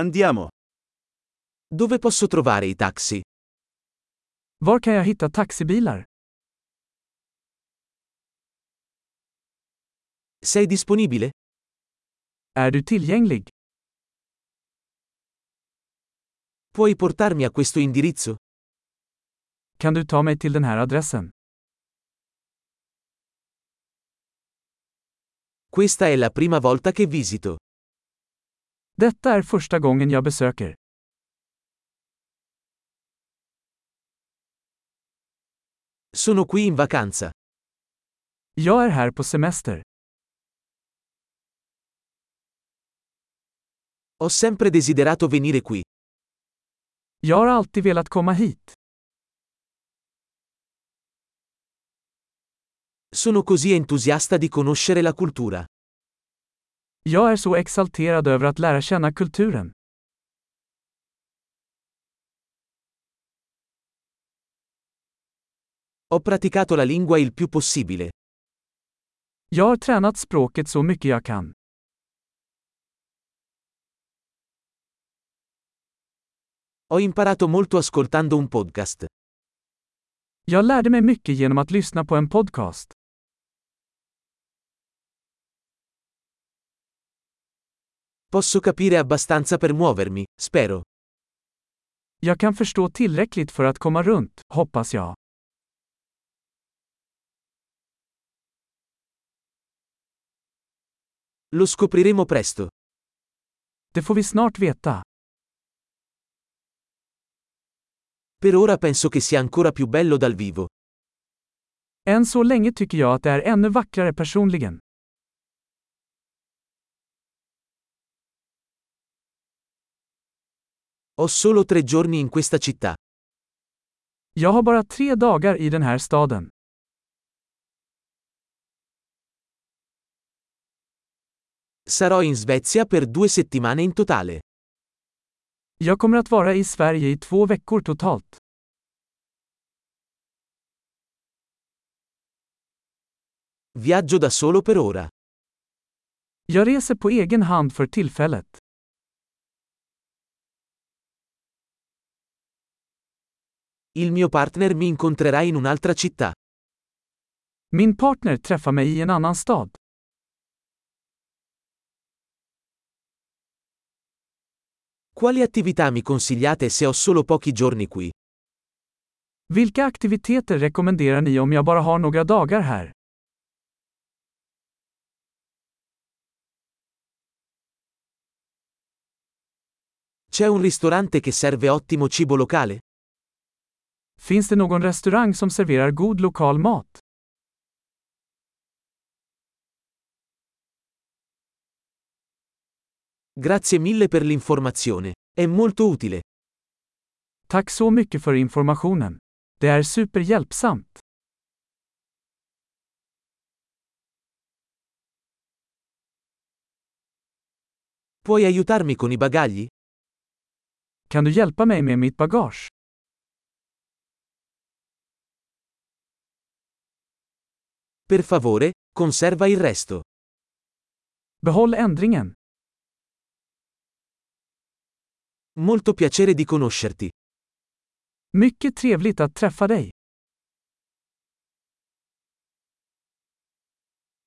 Andiamo. Dove posso trovare i taxi? Var kan jag hitta taxibilar? Sei disponibile? Är du tillgänglig? Puoi portarmi a questo indirizzo? Kan du ta mig till den här adressen? Questa è la prima volta che visito. Detta är första gången jag besöker. Sono qui in vacanza. Jag är här på semester. Ho sempre desiderato venire qui. Jag har alltid velat komma hit. Sono così entusiasta di conoscere la cultura. Jag är så exalterad över att lära känna kulturen. Ho praticato la lingua il più possibile. Jag har tränat språket så mycket jag kan. Ho imparato molto ascoltando un podcast. Jag lärde mig mycket genom att lyssna på en podcast. Posso capire abbastanza per muovermi, spero. Jag kan förstå tillräckligt för att komma runt, hoppas jag. Lo scopriremo presto. Det får vi snart veta. Per ora penso che sia ancora più bello dal vivo. Än så länge tycker jag att det är ännu vackrare personligen. Ho solo tre giorni in questa città. Jag har bara tre dagar i den här staden. Sarò in Svezia per due settimane in totale. Jag kommer att vara i Sverige i två veckor totalt. Viaggio da solo per ora. Jag reser på egen hand för tillfället. Il mio partner mi incontrerà in un'altra città. Min partner träffar mig i en annan stad. Quali attività mi consigliate se ho solo pochi giorni qui? Vilka aktiviteter rekommenderar ni om jag bara har några dagar här? C'è un ristorante che serve ottimo cibo locale? Finns det någon restaurang som serverar god lokal mat? Grazie mille per l'informazione. È molto utile. Tack så mycket för informationen. Det är superhjälpsamt. Puoi aiutarmi con i bagagli? Kan du hjälpa mig med mitt bagage? Per favore, conserva il resto. Behåll ändringen. Molto piacere di conoscerti. Mycket trevligt att träffa dig.